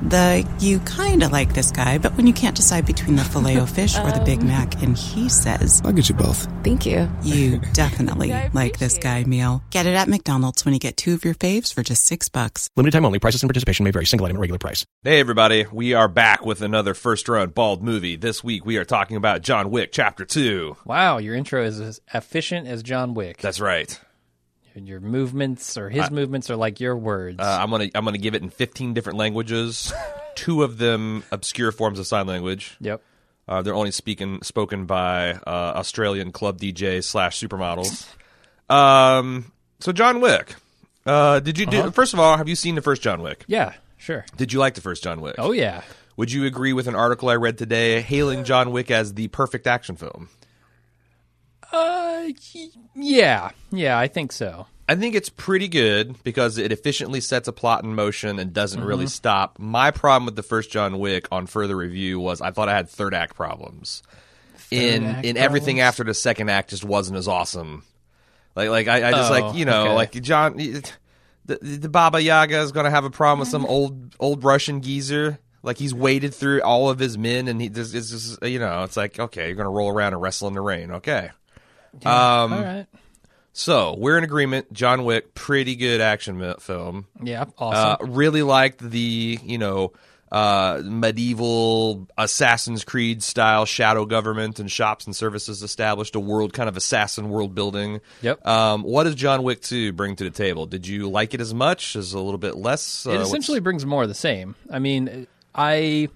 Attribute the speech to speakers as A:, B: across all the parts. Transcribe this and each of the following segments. A: the you kind of like this guy, but when you can't decide between the filet o fish or the
B: Oh.
A: Big Mac, and he says
C: I'll get you both.
B: Thank you.
A: you definitely
B: Yeah, I
A: like this guy
B: appreciate
A: meal. Get it at McDonald's when you get two of your faves for just six bucks.
D: Limited time only. Prices and participation may vary. Single item at regular price.
E: Hey, everybody. We are back with another first run bald movie. This week, we are talking about John Wick Chapter 2.
F: Wow, your intro is as efficient as John Wick.
E: That's right.
F: And your movements or his movements are like your words.
E: Uh, I'm going to I'm gonna give it in 15 different languages, two of them obscure forms of sign language.
F: yep.
E: Uh, they're only speaking spoken by uh, Australian club DJ slash supermodels. Um, so John Wick, uh, did you do? First of all, have you seen the first John Wick?
F: Yeah, sure.
E: Did you like the first John Wick?
F: Oh yeah.
E: Would you agree with an article I read today hailing John Wick as the perfect action film?
F: Uh y- yeah. Yeah, I think so.
E: I think it's pretty good because it efficiently sets a plot in motion and doesn't
F: Mm-hmm.
E: really stop. My problem with the first John Wick on further review was I thought I had third act problems. in
F: act
E: in everything
F: problems?
E: after the second act just wasn't as awesome. Like like I, I just
F: Oh,
E: like you know
F: okay.
E: like John the, the Baba Yaga is gonna have a problem with
F: Mm-hmm.
E: some old old Russian geezer. Like he's waded through all of his men and he just it's just you know it's like okay you're gonna roll around and wrestle in the rain okay. Um,
F: All right.
E: So we're in agreement. John Wick, pretty good action mi- film.
F: Yeah,
E: Uh,
F: awesome.
E: really liked the you know uh, medieval Assassin's Creed style shadow government and shops and services established a world kind of assassin world building.
F: Yep.
E: Um, what does John Wick two bring to the table? Did you like it as much? Is it a little bit less? Uh,
F: it
E: what's-
F: essentially brings more of the same. I mean, I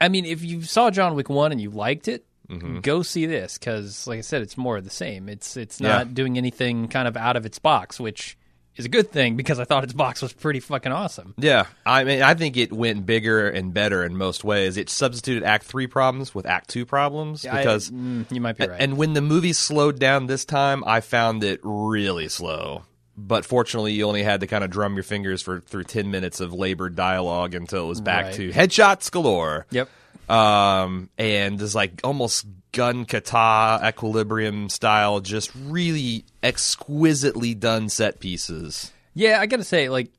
F: I mean, if you saw John Wick 1 and you liked it,
E: Mm-hmm.
F: go see this cuz like I said it's more of the same. It's it's not doing anything kind of out of its box, which is a good thing because I thought its box was pretty fucking awesome.
E: Yeah, I mean, I think it went bigger and better in most ways. It substituted Act three problems with Act two problems
F: I-
E: because
F: mm, you might be right.
E: And when the movie slowed down this time, I found it really slow. But fortunately, you only had to kind of drum your fingers for through ten minutes of labored dialogue until it was back
F: Right.
E: to headshots galore.
F: yep.
E: Um, and this like almost gun kata equilibrium style, just really exquisitely done set pieces.
F: Yeah, I gotta say, like,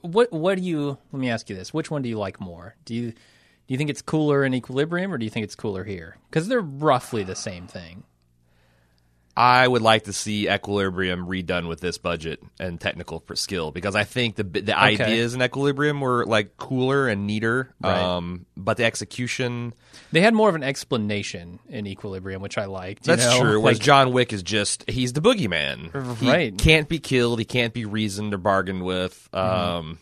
F: what what do you? Let me ask you this: Which one do you like more? Do you do you think it's cooler in Equilibrium, or do you think it's cooler here? Because they're roughly the same thing.
E: I would like to see Equilibrium redone with this budget and technical per- skill because I think the the ideas in Equilibrium were like cooler and neater,
F: Right.
E: um, but the execution
F: They had more of an explanation in Equilibrium, which I liked. you
E: that's
F: know?
E: true. Whereas
F: Like,
E: John Wick is just he's the boogeyman, He
F: Right.
E: can't be killed, he can't be reasoned or bargained with.
F: Mm-hmm.
E: Um,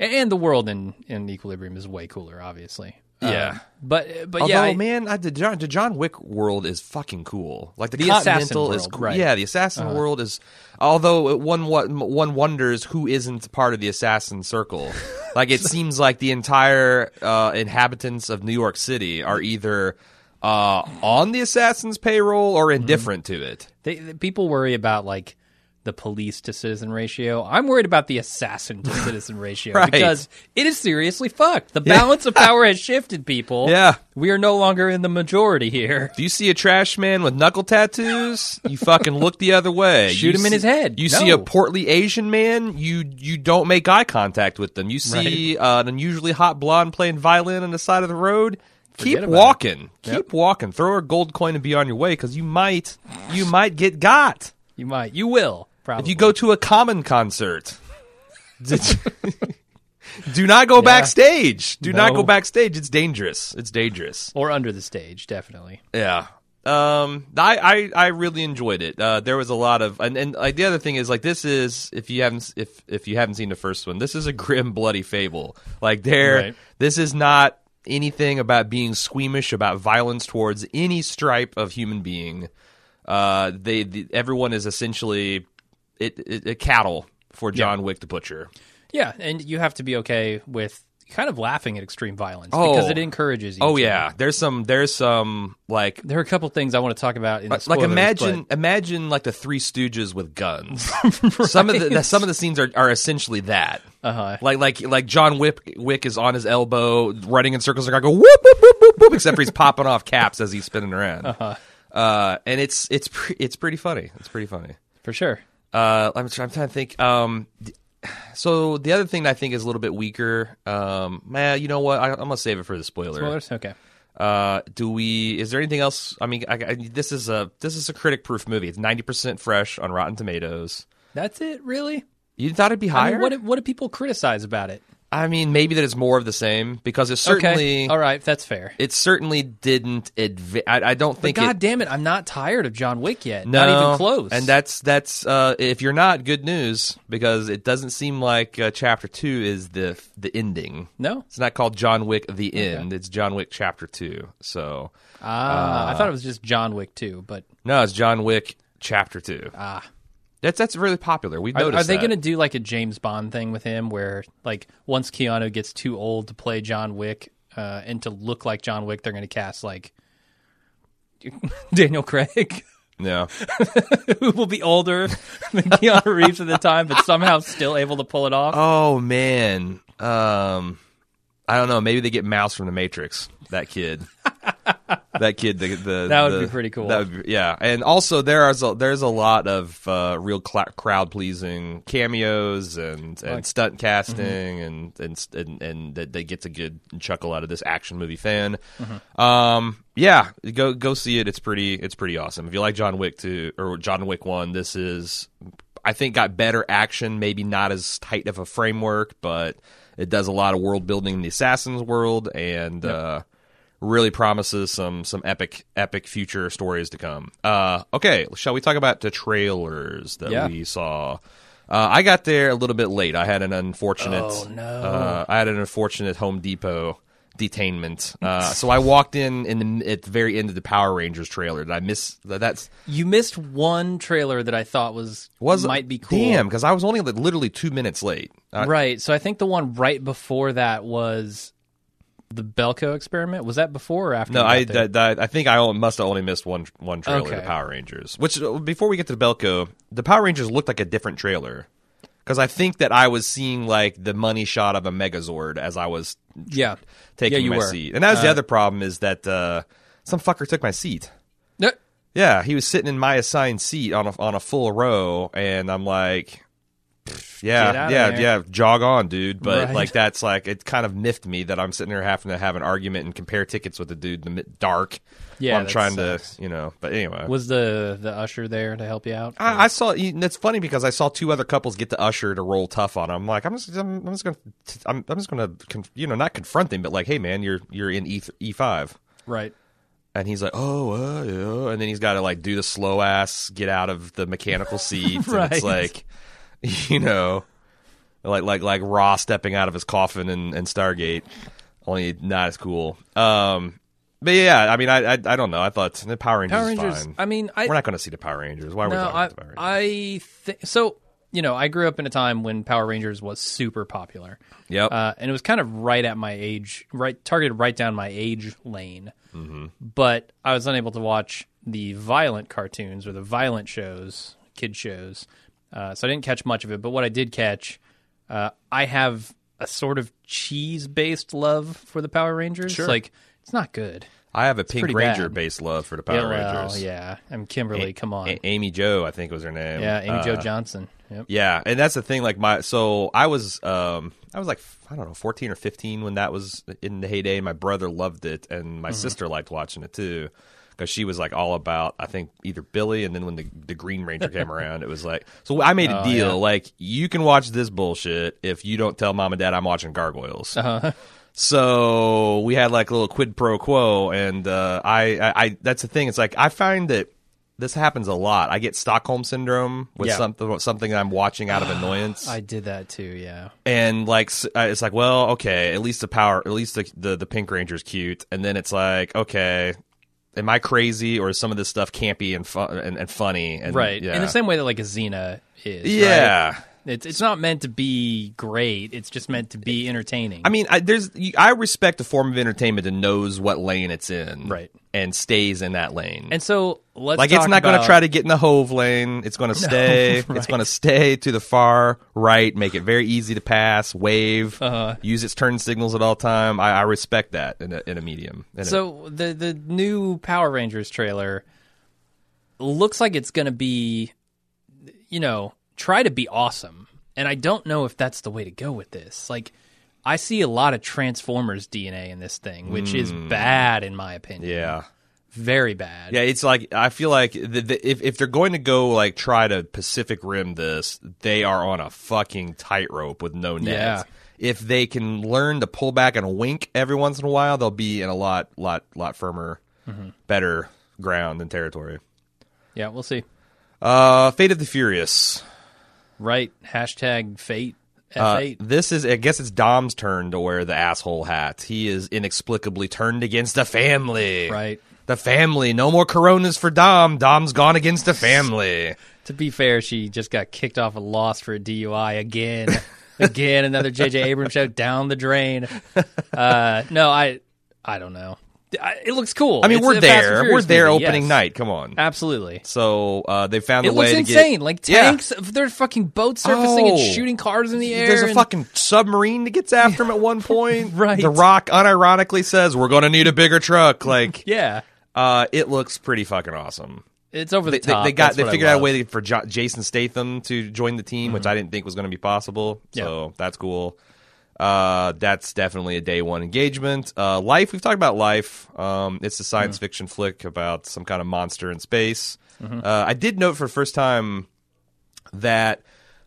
F: and- and the world in in Equilibrium is way cooler, obviously.
E: Yeah.
F: Um, but but
E: Although,
F: yeah, I-
E: man, I, the, John, the John Wick world is fucking cool. Like the,
F: The assassin
E: Continental is
F: world,
E: cool.
F: right. Uh-huh.
E: Yeah, the assassin world is. Although one one one wonders who isn't part of the assassin circle. like it seems like the entire uh, inhabitants of New York City are either uh, on the assassin's payroll or indifferent
F: Mm-hmm.
E: to it.
F: they, they- people worry about like the police to citizen ratio. I'm worried about the assassin to citizen ratio
E: Right.
F: because it is seriously fucked. The balance of power has shifted, people.
E: Yeah.
F: We are no longer in the majority here.
E: Do you see a trash man with knuckle tattoos? You fucking look the other way.
F: Shoot
E: You
F: him in
E: see-
F: his head.
E: You
F: No.
E: see a portly Asian man, you you don't make eye contact with them. You see uh, an unusually hot blonde playing violin on the side of the road. Keep
F: about it.
E: walking. Keep walking. Throw a gold coin and be on your way because you might you might get got
F: You might. You will. Probably.
E: if you go to a common concert. Did you- Do not go backstage. Do not
F: No.
E: go backstage. It's dangerous. It's dangerous.
F: or under the stage, definitely.
E: Yeah. Um, I, I, I really enjoyed it. Uh, there was a lot of, and, and like the other thing is like this is if you haven't if if you haven't seen the first one, this is a grim bloody fable. Like there,
F: Right.
E: this is not anything about being squeamish about violence towards any stripe of human being. Uh, they the, everyone is essentially it, it, it cattle for John Wick the butcher.
F: Yeah, and you have to be okay with kind of laughing at extreme violence
E: Oh.
F: because it encourages you.
E: Oh
F: to.
E: yeah, there's some there's some like
F: There are a couple things I want to talk about in the
E: Like, like
F: spoilers,
E: imagine
F: but-
E: imagine like the Three Stooges with guns. Some of the, the some of the scenes are, are essentially that. Uh-huh. Like like like John Whip, Wick is on his elbow running in circles. Like I go whoop whoop whoop whoop whoop. Except for he's popping off caps as he's spinning around. Uh-huh. and it's it's pre- it's pretty funny. It's pretty funny.
F: for sure.
E: Uh, I'm, try- I'm trying to think. Um, th- so the other thing that I think is a little bit weaker. Um, man, you know what? I, I'm gonna save it for the spoiler.
F: Spoilers? Okay.
E: Uh, do we? Is there anything else? I mean, I, I, this is a this is a critic proof movie. It's 90 percent fresh on Rotten Tomatoes.
F: That's it, really?
E: You thought it'd be
F: I
E: higher?
F: mean, what, do- what do people criticize about it?
E: I mean, maybe that it's more of the same because it certainly
F: okay. All right, that's fair.
E: it certainly didn't advance. I, I don't think
F: God
E: it,
F: damn it, I'm not tired of John Wick yet.
E: no,
F: Not even close.
E: And that's that's uh, if you're not good news because it doesn't seem like uh, chapter two is the the ending.
F: No?
E: It's not called John Wick the end. It's John Wick chapter two. So
F: Ah, I
E: uh,
F: thought it was just John Wick too, but
E: no, it's John Wick chapter two. Ah, that's that's really popular. We
F: Are,
E: noticed.
F: are they
E: that.
F: going to do like a James Bond thing with him, where like once Keanu gets too old to play John Wick uh, and to look like John Wick, they're going to cast like Daniel Craig,
E: No.
F: who will be older than Keanu Reeves at the time, but somehow still able to pull it off.
E: Oh man. Um I don't know, maybe they get Mouse from the Matrix, that kid. that kid the, the
F: That would
E: the-
F: be pretty cool.
E: That would be, yeah. And also there are a, there's a lot of uh, real cla crowd pleasing cameos and, and
F: mm-hmm.
E: stunt casting and and s- and and that they get a good chuckle out of this action movie fan.
F: Mm-hmm.
E: Um yeah, go go see it. It's pretty it's pretty awesome. If you like John Wick 2 or John Wick 1, this is I think got better action, maybe not as tight of a framework, but it does a lot of world building in the Assassin's world and uh, really promises some some epic epic future stories to come. Uh, okay, shall we talk about the trailers that
F: Yeah.
E: we saw? Uh, I got there a little bit late. I had an unfortunate
F: Oh,
E: uh, I had an unfortunate Home Depot detainment. Uh, so I walked in in the, at the very end of the Power Rangers trailer. Did I miss that's
F: You missed one trailer that I thought was,
E: was
F: might be cool.
E: Damn, because I was only like literally two minutes late. Uh,
F: Right. So I think the one right before that was the Belko experiment. Was that before or after?
E: no,
F: you
E: I,
F: got there?
E: that- that- I think I only- must have only missed one one trailer to
F: Okay.
E: Power Rangers. Which uh, before we get to the Belko, the Power Rangers looked like a different trailer because I think that I was seeing like the money shot of a Megazord as I was
F: yeah.
E: taking
F: yeah, you
E: my
F: were. Uh-huh.
E: seat, and that was the other problem is that uh, some fucker took my seat.
F: No,
E: Yeah, he was sitting in my assigned seat on a on a full row, and I'm like, pff,
F: Get
E: yeah,
F: outta
E: yeah,
F: there.
E: yeah, jog on, dude. But
F: Right.
E: like that's like it kind of miffed me that I'm sitting there having to have an argument and compare tickets with a dude in the mid- dark.
F: Yeah,
E: while I'm
F: that
E: trying
F: sucks.
E: to, you know. But anyway,
F: Was the the usher there to help you out?
E: I, I saw. And it's funny because I saw two other couples get to Usher to roll tough on. Him. I'm like, I'm just, I'm, I'm just gonna, I'm, I'm just gonna, con- you know, not confront him, but like, hey, man, you're you're in E E five.
F: right.
E: And he's like, oh, uh, yeah. And then he's got to like do the slow ass get out of the mechanical seat. And it's
F: Right.
E: like, you know, like like like Raw stepping out of his coffin and, and Stargate, only not as cool. Um, but yeah, I mean, I I, I don't know. I thought the Power Rangers.
F: Power
E: is
F: Rangers.
E: fine.
F: I mean, I
E: we're not going to see the Power Rangers. Why are we
F: no,
E: talking
F: I
E: about the Power Rangers?
F: I think so. You know, I grew up in a time when Power Rangers was super popular.
E: Yep.
F: uh, and it was kind of right at my age, right targeted right down my age lane.
E: Mm-hmm.
F: But I was unable to watch the violent cartoons or the violent shows, kid shows, uh, so I didn't catch much of it. But what I did catch, uh, I have a sort of cheese-based love for the Power Rangers.
E: Sure.
F: Like it's not good.
E: I have a Pink
F: pretty
E: Ranger
F: bad.
E: based love for the Power
F: Yeah, well,
E: Rangers.
F: yeah. I'm Kimberly. come on.
E: A- Amy Joe, I think was her name.
F: yeah, Amy
E: Uh,
F: Jo Johnson. Yep.
E: Yeah, and that's the thing. Like my, so I was, um, I was like, I don't know, fourteen or fifteen when that was in the heyday. My brother loved it, and
F: Mm-hmm.
E: my sister liked watching it too, because she was like all about, I think either Billy, and then when the the Green Ranger came around, it was like, so I
F: Oh,
E: made a deal, like you can watch this bullshit if you don't tell mom and dad I'm watching Gargoyles.
F: Uh-huh.
E: So we had like a little quid pro quo, and uh, I, I, I, that's the thing. It's like I find that this happens a lot. I get Stockholm syndrome with
F: Yeah.
E: something, something I'm watching out of annoyance,
F: I did that too. Yeah.
E: and like s- uh, it's like, well, okay, at least the power, at least the, the the Pink Ranger's cute, and then it's like, okay, am I crazy or is some of this stuff campy and fun and, and funny? And,
F: Right.
E: Mm, Yeah.
F: In the same way that like a Xena is. right?
E: yeah.
F: It's it's not meant to be great. It's just meant to be entertaining.
E: I mean, I, there's you- I respect a form of entertainment that knows what lane it's in,
F: Right.
E: and stays in that lane.
F: and so let's
E: like
F: talk
E: it's not going to
F: about-
E: try to get in the hove lane. It's going to stay. It's going to stay to the far right. Make it very easy to pass. Wave.
F: Uh-huh.
E: Use its turn signals at all time. I, I respect that in a, in a medium. In a-
F: So the the new Power Rangers trailer looks like it's going to be, you know, try to be awesome, And I don't know if that's the way to go with this. Like, I see a lot of Transformers DNA in this thing, which is bad in my opinion.
E: Hmm. Yeah.
F: Very bad.
E: Yeah, it's like I feel like the, the, if if they're going to go like try to Pacific Rim this, they are on a fucking tightrope with no net.
F: Yeah.
E: If they can learn to pull back and wink every once in a while, they'll be in a lot lot lot firmer,
F: Mm-hmm.
E: better ground and territory.
F: Yeah, we'll see.
E: Uh, Fate of the Furious.
F: Right. Hashtag fate.
E: Uh,
F: F8.
E: this is, I guess, it's Dom's turn to wear the asshole hat. He is inexplicably turned against the family.
F: Right.
E: The family. No more Coronas for Dom. Dom's gone against the family.
F: to be fair, she just got kicked off and lost for a DUI again. again, another J.J. Abrams show down the drain. Uh, no, I I don't know. I, it looks cool.
E: I mean,
F: It's
E: we're
F: a Fast and
E: there. We're
F: Furious
E: there
F: movie,
E: opening
F: yes.
E: night. Come on.
F: Absolutely.
E: So uh, they found
F: It
E: a way
F: looks
E: to
F: insane.
E: get
F: Like
E: Yeah.
F: tanks, there's fucking boats surfacing and
E: Oh.
F: shooting cars in the air.
E: There's a
F: and-
E: fucking submarine that gets after him at one point.
F: Right.
E: The Rock unironically says, "We're going to need a bigger truck." Like,
F: yeah.
E: uh, it looks pretty fucking awesome.
F: It's over
E: They,
F: the
E: they-
F: top.
E: they got
F: That's
E: they
F: what I
E: figured out a
F: love. Mm-hmm.
E: way for jo- Jason Statham to join the team, which I didn't think was going to be possible. So that's cool. Uh, that's definitely a day one engagement. Uh, Life, we've talked about Life. Um, it's a science
F: Mm-hmm.
E: fiction flick about some kind of monster in space. Uh, I did note for the first time that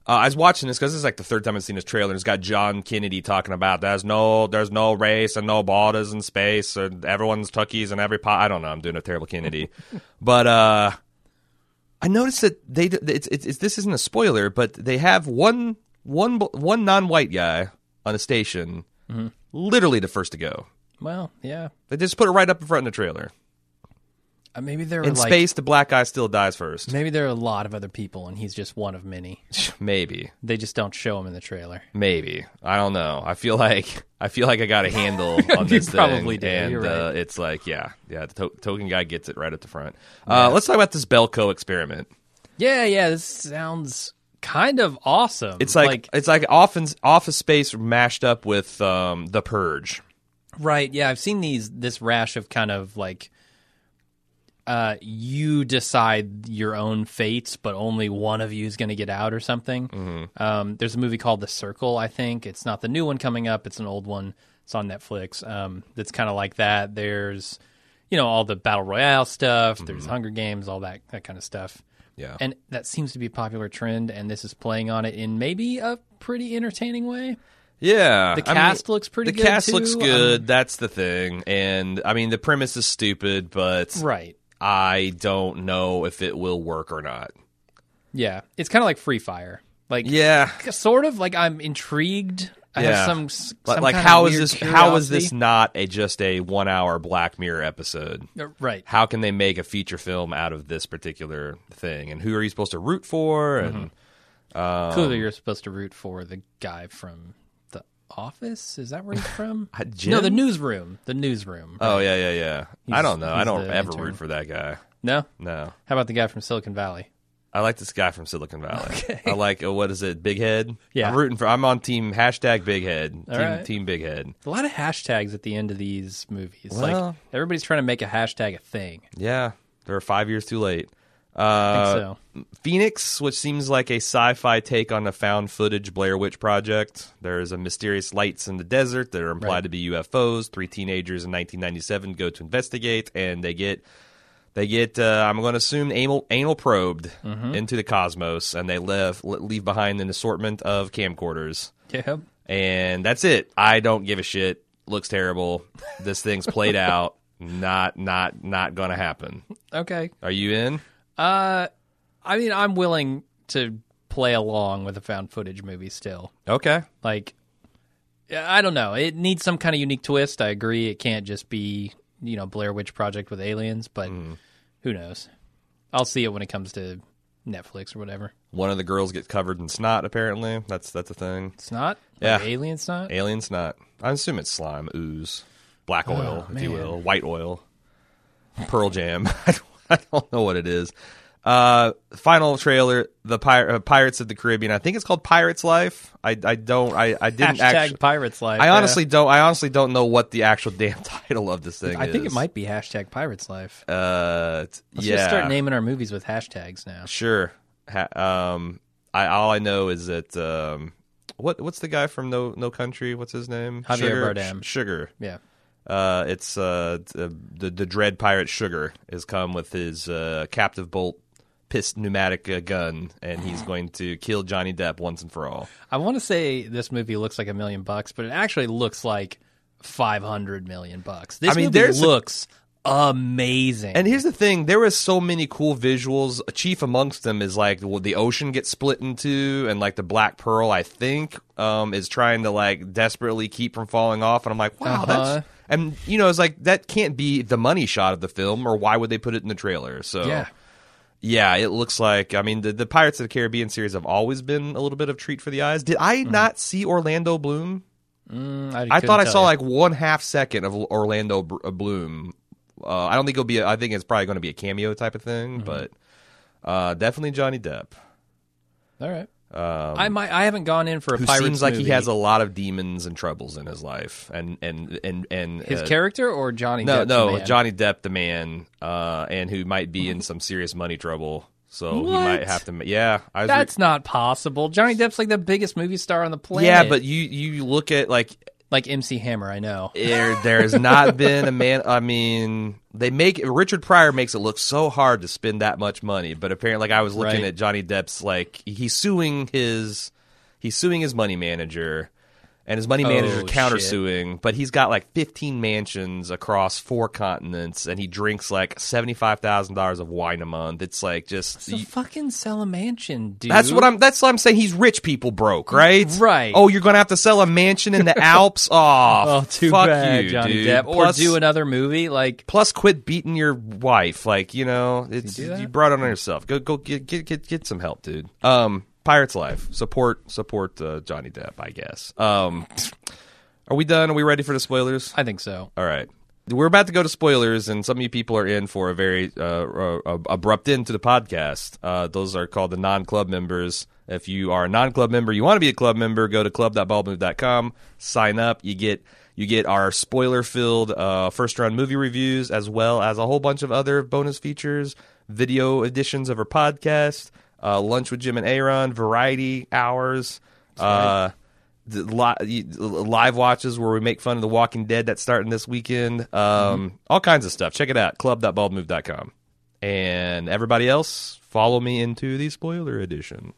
E: uh, I was watching this because this is like the third time I've seen this trailer. and It's got John Kennedy talking about there's no there's no race and no borders in space and everyone's tuckies and every pot. I don't know. I'm doing a terrible Kennedy, but uh, I noticed that they d- it's, it's, it's this isn't a spoiler, but they have one one bl- one non-white guy on a station,
F: Mm-hmm.
E: literally the first to go.
F: Well, yeah.
E: They just put it right up in front of the trailer.
F: Uh, Maybe there are
E: In
F: like,
E: space, the black guy still dies first.
F: Maybe there are a lot of other people, and he's just one of many.
E: Maybe.
F: They just don't show him in the trailer.
E: Maybe I don't know. I feel like I feel like I got a handle on
F: You
E: this
F: probably
E: thing,
F: do.
E: and
F: You're
E: uh,
F: right.
E: it's like yeah, yeah. The to- token guy gets it right at the front. Uh, Let's talk about this Belco experiment.
F: Yeah, yeah. This sounds kind of awesome.
E: It's like, it's like office office space mashed up with um, the Purge.
F: right. Yeah, I've seen these this rash of kind of like. Uh, you decide your own fates, but only one of you is going to get out or something.
E: Mm-hmm.
F: Um, there's a movie called The Circle, I think. It's not the new one coming up; it's an old one. It's on Netflix. Um, that's kind of like that. There's, you know, all the battle royale stuff. There's
E: Mm-hmm.
F: Hunger Games, all that that kind of stuff.
E: Yeah.
F: and that seems to be a popular trend. And this is playing on it in maybe a pretty entertaining way.
E: Yeah,
F: The cast looks pretty
E: The
F: good,
E: cast looks
F: too. Um,
E: good. That's the thing, and I mean the premise is stupid, but
F: Right.
E: I don't know if it will work or not.
F: Yeah. It's kind of like Free Fire. Like,
E: Yeah,
F: sort of like I'm intrigued. I
E: Yeah.
F: have some, s-
E: Like-
F: some
E: like
F: kind of
E: how is
F: weird
E: this how is this
F: curiosity.
E: not a just a one hour Black Mirror episode?
F: Uh, right?
E: how can they make a feature film out of this particular thing and who are you supposed to root for and
F: Mm-hmm.
E: Um,
F: Clearly, you're supposed to root for the guy from The Office. Is that where he's from?
E: Uh, Jim?
F: no, the newsroom. The newsroom.
E: oh yeah yeah yeah i don't know i
F: he's
E: don't
F: the
E: ever
F: intern.
E: root for that guy
F: no.
E: no
F: How about the guy from Silicon Valley?
E: i like this guy from silicon valley i like uh, what is it big head
F: Yeah.
E: i'm rooting for i'm on team hashtag big head team,
F: right.
E: team big head
F: A lot of hashtags at the end of these movies. like
E: Well-
F: everybody's trying to make a hashtag a thing.
E: yeah they're five years too late
F: I think
E: uh,
F: so.
E: Phoenix, which seems like a sci-fi take on the found footage Blair Witch Project. There is a mysterious lights in the desert that are implied
F: Right.
E: to be UFOs. Three teenagers in 1997 go to investigate, and they get they get uh, I'm going to assume anal anal probed
F: Mm-hmm.
E: into the cosmos, and they leave leave behind an assortment of camcorders,
F: Yeah.
E: and that's it. I don't give a shit. Looks terrible. This thing's played out. Not not not gonna happen.
F: Okay.
E: Are you in?
F: Uh, I mean, I'm willing to play along with a found footage movie still.
E: Okay.
F: Like, I don't know. It needs some kind of unique twist. I agree. It can't just be, you know, Blair Witch Project with aliens, but
E: Mm.
F: who knows? I'll see it when it comes to Netflix or whatever.
E: One of the girls gets covered in snot. Apparently, that's that's a thing.
F: It's not?
E: Yeah.
F: Like, alien snot?
E: Alien snot. I assume it's slime, ooze, black oil, if you
F: Oh, man.
E: will, white oil, pearl jam. I don't, I don't know what it is. Uh, final trailer: The Pir- uh, Pirates of the Caribbean. I think it's called Pirates Life. I I don't. I I didn't
F: Hashtag
E: actually.
F: Pirates Life.
E: I
F: yeah.
E: honestly don't. I honestly don't know what the actual damn title of this thing
F: I
E: is.
F: think it might be hashtag Pirates Life.
E: Uh, t-
F: Let's
E: yeah.
F: just start naming our movies with hashtags now.
E: Sure. Ha- um, I all I know is that um, what what's the guy from No No Country? What's his name?
F: Javier
E: Sugar?
F: Bardem.
E: Sh- Sugar.
F: Yeah.
E: Uh, it's uh, t- uh, the the Dread Pirate Sugar has come with his uh, captive bolt pist pneumatic uh, gun, and he's going to kill Johnny Depp once and for all.
F: I want to say this movie looks like a million bucks, but it actually looks like 500 million bucks. This
E: I mean,
F: movie
E: there's a-
F: looks amazing.
E: And here's the thing: there was so many cool visuals. Chief amongst them is like well, the ocean gets split into, and like the Black Pearl, I think, um, is trying to like desperately keep from falling off. And I'm like, wow,
F: Uh-huh.
E: that's and you know, it's like that can't be the money shot of the film, or why would they put it in the trailer? So
F: yeah.
E: yeah, it looks like. I mean, the, the Pirates of the Caribbean series have always been a little bit of treat for the eyes. Did I
F: Mm-hmm.
E: not see Orlando Bloom? I
F: Mm, couldn't
E: thought I
F: tell
E: saw
F: you.
E: like one half second of Orlando Br- uh, Bloom. Uh, I don't think it'll be. A, I think it's probably going to be a cameo type of thing,
F: Mm-hmm.
E: but uh, definitely Johnny Depp,
F: All right. I might. I haven't gone in for a
E: um, who
F: pirates
E: seems like
F: movie.
E: he has a lot of demons and troubles in his life, and and and and
F: his
E: uh,
F: character or Johnny.
E: No,
F: Depp's
E: no,
F: man?
E: Johnny Depp, the man, uh, and who might be in some serious money trouble. So he
F: What?
E: might have to. ma- Yeah, I was re-
F: That's not possible. Johnny Depp's like the biggest movie star on the planet.
E: yeah, but you you look at like
F: like MC Hammer, I know.
E: there there's not been a man i mean they make richard pryor makes it look so hard to spend that much money but apparently like i was looking
F: Right.
E: at johnny depp's like he's suing his he's suing his money manager and his money manager
F: Oh,
E: countersuing but he's got like 15 mansions across four continents and he drinks like $75000 of wine a month it's like just
F: So fucking sell a mansion, dude.
E: that's what I'm. That's what I'm saying. He's rich people broke, right?
F: Right.
E: Oh, you're gonna have to sell a mansion in the Alps. Oh,
F: Oh, too
E: fuck
F: bad,
E: you,
F: Johnny
E: dude.
F: Depp. Or
E: Plus-
F: do another movie like
E: Plus, quit beating your wife. Like you know, it's
F: do
E: you,
F: that?
E: brought it on yourself. Go go get get get get some help, dude. Um, Pirates Life. Support support uh, Johnny Depp. I guess. Um, are we done? Are we ready for the spoilers?
F: I think so.
E: All right. We're about to go to spoilers, and some of you people are in for a very uh, uh, abrupt end to the podcast. Uh, those are called the non club members. If you are a non club member, you want to be a club member, go to club.baldmove.com, sign up. You get you get our spoiler filled uh, first round movie reviews, as well as a whole bunch of other bonus features, video editions of our podcast, uh, lunch with Jim and Aaron, variety hours. Uh, the li- you- live watches where we make fun of The Walking Dead that's starting this weekend. Um, All kinds of stuff. Check it out. Club.baldmove.com. And everybody else, follow me into the spoiler edition.